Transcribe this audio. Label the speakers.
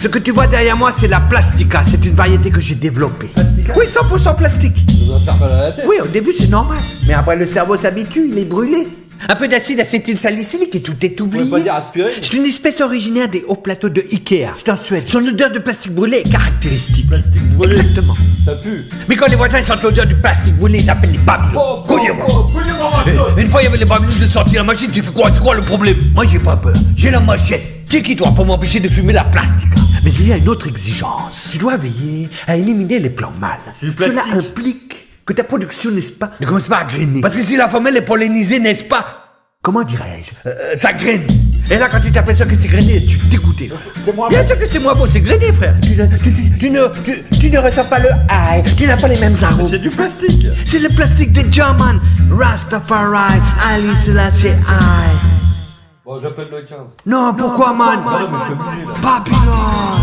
Speaker 1: Ce que tu vois derrière moi, c'est la plastica. C'est une variété que j'ai développée.
Speaker 2: Plastica
Speaker 1: Oui, 100% plastique.
Speaker 2: Vous en faire mal à la tête.
Speaker 1: Oui, au début, c'est normal. Mais après, le cerveau s'habitue, il est brûlé. Un peu d'acide acétylsalicylique et tout est
Speaker 2: On
Speaker 1: oublié.
Speaker 2: peut pas dire aspiré.
Speaker 1: C'est une espèce originaire des hauts plateaux de Ikea. C'est en Suède. Son odeur de plastique brûlé est caractéristique.
Speaker 2: Plastique brûlé.
Speaker 1: Exactement.
Speaker 2: Ça pue.
Speaker 1: Mais quand les voisins sentent l'odeur du plastique brûlé, ils appellent les babylons.
Speaker 2: Oh, oh,
Speaker 1: Cognez-moi.
Speaker 2: oh, cognez-moi, Marceau.
Speaker 1: Une fois, il y avait les babylons, j'ai sorti la machine, tu fais quoi C'est quoi le problème Moi, j'ai pas peur. J'ai la machette. C'est qui toi pour m'empêcher de fumer la plastique Mais il y a une autre exigence. Tu dois veiller à éliminer les plants mâles.
Speaker 2: du
Speaker 1: Cela
Speaker 2: plastique.
Speaker 1: implique que ta production, n'est-ce pas, ne commence pas à grainer. Parce que si la femelle est pollinisée, n'est-ce pas Comment dirais-je Euh, Ça graine. Et là, quand tu t'aperçois que c'est grainé, tu es dégoûté.
Speaker 2: c'est moins
Speaker 1: Bien
Speaker 2: bon.
Speaker 1: sûr que c'est moins beau, c'est grainé, frère. Tu ne, tu, tu- tu ne, tu- tu ne ressens pas le high, tu n'as pas les mêmes arômes.
Speaker 2: C'est du plastique.
Speaker 1: C'est le plastique des German Rastafari, Ali Selassie I.
Speaker 2: Bon, j'appelle le 15.
Speaker 1: Non, pourquoi, man
Speaker 2: mais je suis obligé, là.
Speaker 1: Babylone